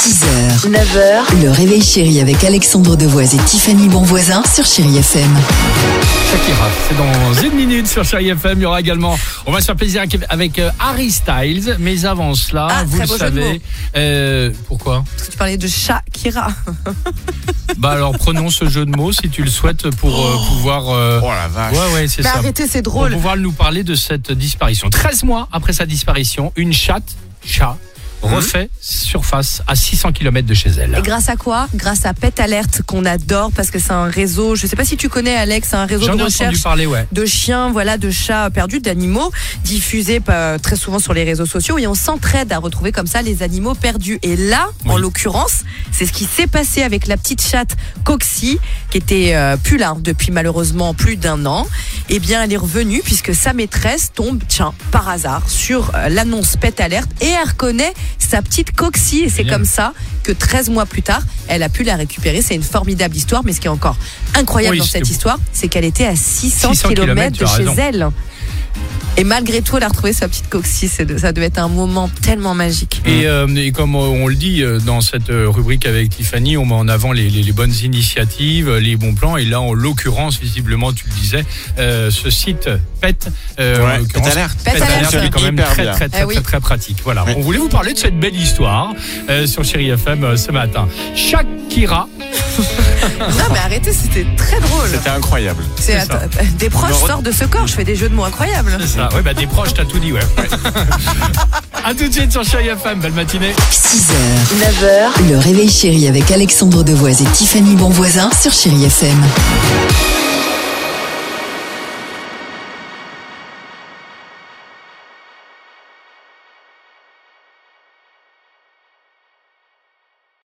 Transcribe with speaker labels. Speaker 1: 6h, 9h, le réveil chéri avec Alexandre Devoise et Tiffany Bonvoisin sur Chéri FM.
Speaker 2: Shakira, c'est dans une minute sur Chéri FM. Il y aura également, on va se faire plaisir avec- avec euh, Harry Styles. Mais avant cela,
Speaker 3: Ah,
Speaker 2: vous
Speaker 3: très
Speaker 2: le
Speaker 3: beau jeu de mots.
Speaker 2: savez. euh, pourquoi
Speaker 3: Parce que tu parlais de Shakira.
Speaker 2: Bah alors prenons ce jeu de mots si tu le souhaites pour euh, pouvoir. euh,
Speaker 4: Oh la vache.
Speaker 2: ouais ouais c'est
Speaker 3: Mais
Speaker 2: ça.
Speaker 3: Bah, arrêtez, c'est
Speaker 2: Pour
Speaker 3: drôle.
Speaker 2: pouvoir nous parler de cette disparition. 13 mois après sa disparition, une chatte, chat, refait surface à 600 km de chez elle.
Speaker 3: Hum. Et grâce à quoi Grâce à Pet Alert qu'on adore parce que c'est un réseau. Je sais pas si tu connais Alex, c'est un réseau
Speaker 2: J'en
Speaker 3: de
Speaker 2: ai entendu
Speaker 3: recherche
Speaker 2: parler, ouais.
Speaker 3: de chiens, voilà, de chats perdus, d'animaux diffusés euh, très souvent sur les réseaux sociaux et on s'entraide à retrouver comme ça les animaux perdus. Et là, en
Speaker 2: Oui.
Speaker 3: l'occurrence, c'est ce qui s'est passé avec la petite chatte Coxy qui était euh, plus là depuis malheureusement plus d'un an. Eh bien, elle est revenue puisque sa maîtresse tombe, tiens, par hasard, sur euh, l'annonce Pet Alert et elle reconnaît sa petite Coxy et c'est
Speaker 2: Génial.
Speaker 3: comme ça que 13 mois plus tard, elle a pu la récupérer. C'est une formidable histoire, mais ce qui est encore incroyable
Speaker 2: Oui,
Speaker 3: dans
Speaker 2: c'était
Speaker 3: cette
Speaker 2: beau.
Speaker 3: histoire, c'est qu'elle était à 600 100 km
Speaker 2: kilomètres, tu
Speaker 3: de
Speaker 2: as
Speaker 3: chez
Speaker 2: raison.
Speaker 3: elle. Et malgré tout, elle a retrouvé sa petite coccyx. C'est de- Ça devait être un moment tellement magique.
Speaker 2: Et, euh, et comme euh, on le dit euh, dans cette euh, rubrique avec Tiffany, on met en avant les, les- les bonnes initiatives, euh, les bons plans. Et là, en l'occurrence, visiblement, tu le disais, euh, ce site PET, euh, en
Speaker 4: Ouais,
Speaker 2: l'occurrence,
Speaker 4: Pet Alert.
Speaker 3: Pet
Speaker 2: Pet Alert,
Speaker 4: Alert,
Speaker 2: est quand même
Speaker 4: hyper
Speaker 2: très,
Speaker 4: bien.
Speaker 2: très, très,
Speaker 3: Eh oui.
Speaker 2: très, très pratique. Voilà.
Speaker 4: Ouais.
Speaker 2: On voulait vous parler de cette belle histoire euh, sur Chéri FM euh, ce matin. Shakira,
Speaker 3: Non, mais arrêtez, c'était très drôle.
Speaker 4: C'était incroyable.
Speaker 3: C'est-
Speaker 2: c'est ça.
Speaker 3: attends, euh, Des proches
Speaker 4: Numéro-
Speaker 3: sortent de ce corps. Je fais des jeux de mots incroyables.
Speaker 2: c'est ça. Ouais, bah, des proches, t'as tout dit, ouais. à tout de suite sur Chéri FM. Belle matinée.
Speaker 1: 6h, 9h, le réveil chéri avec Alexandre Devoise et Tiffany Bonvoisin sur Chéri FM.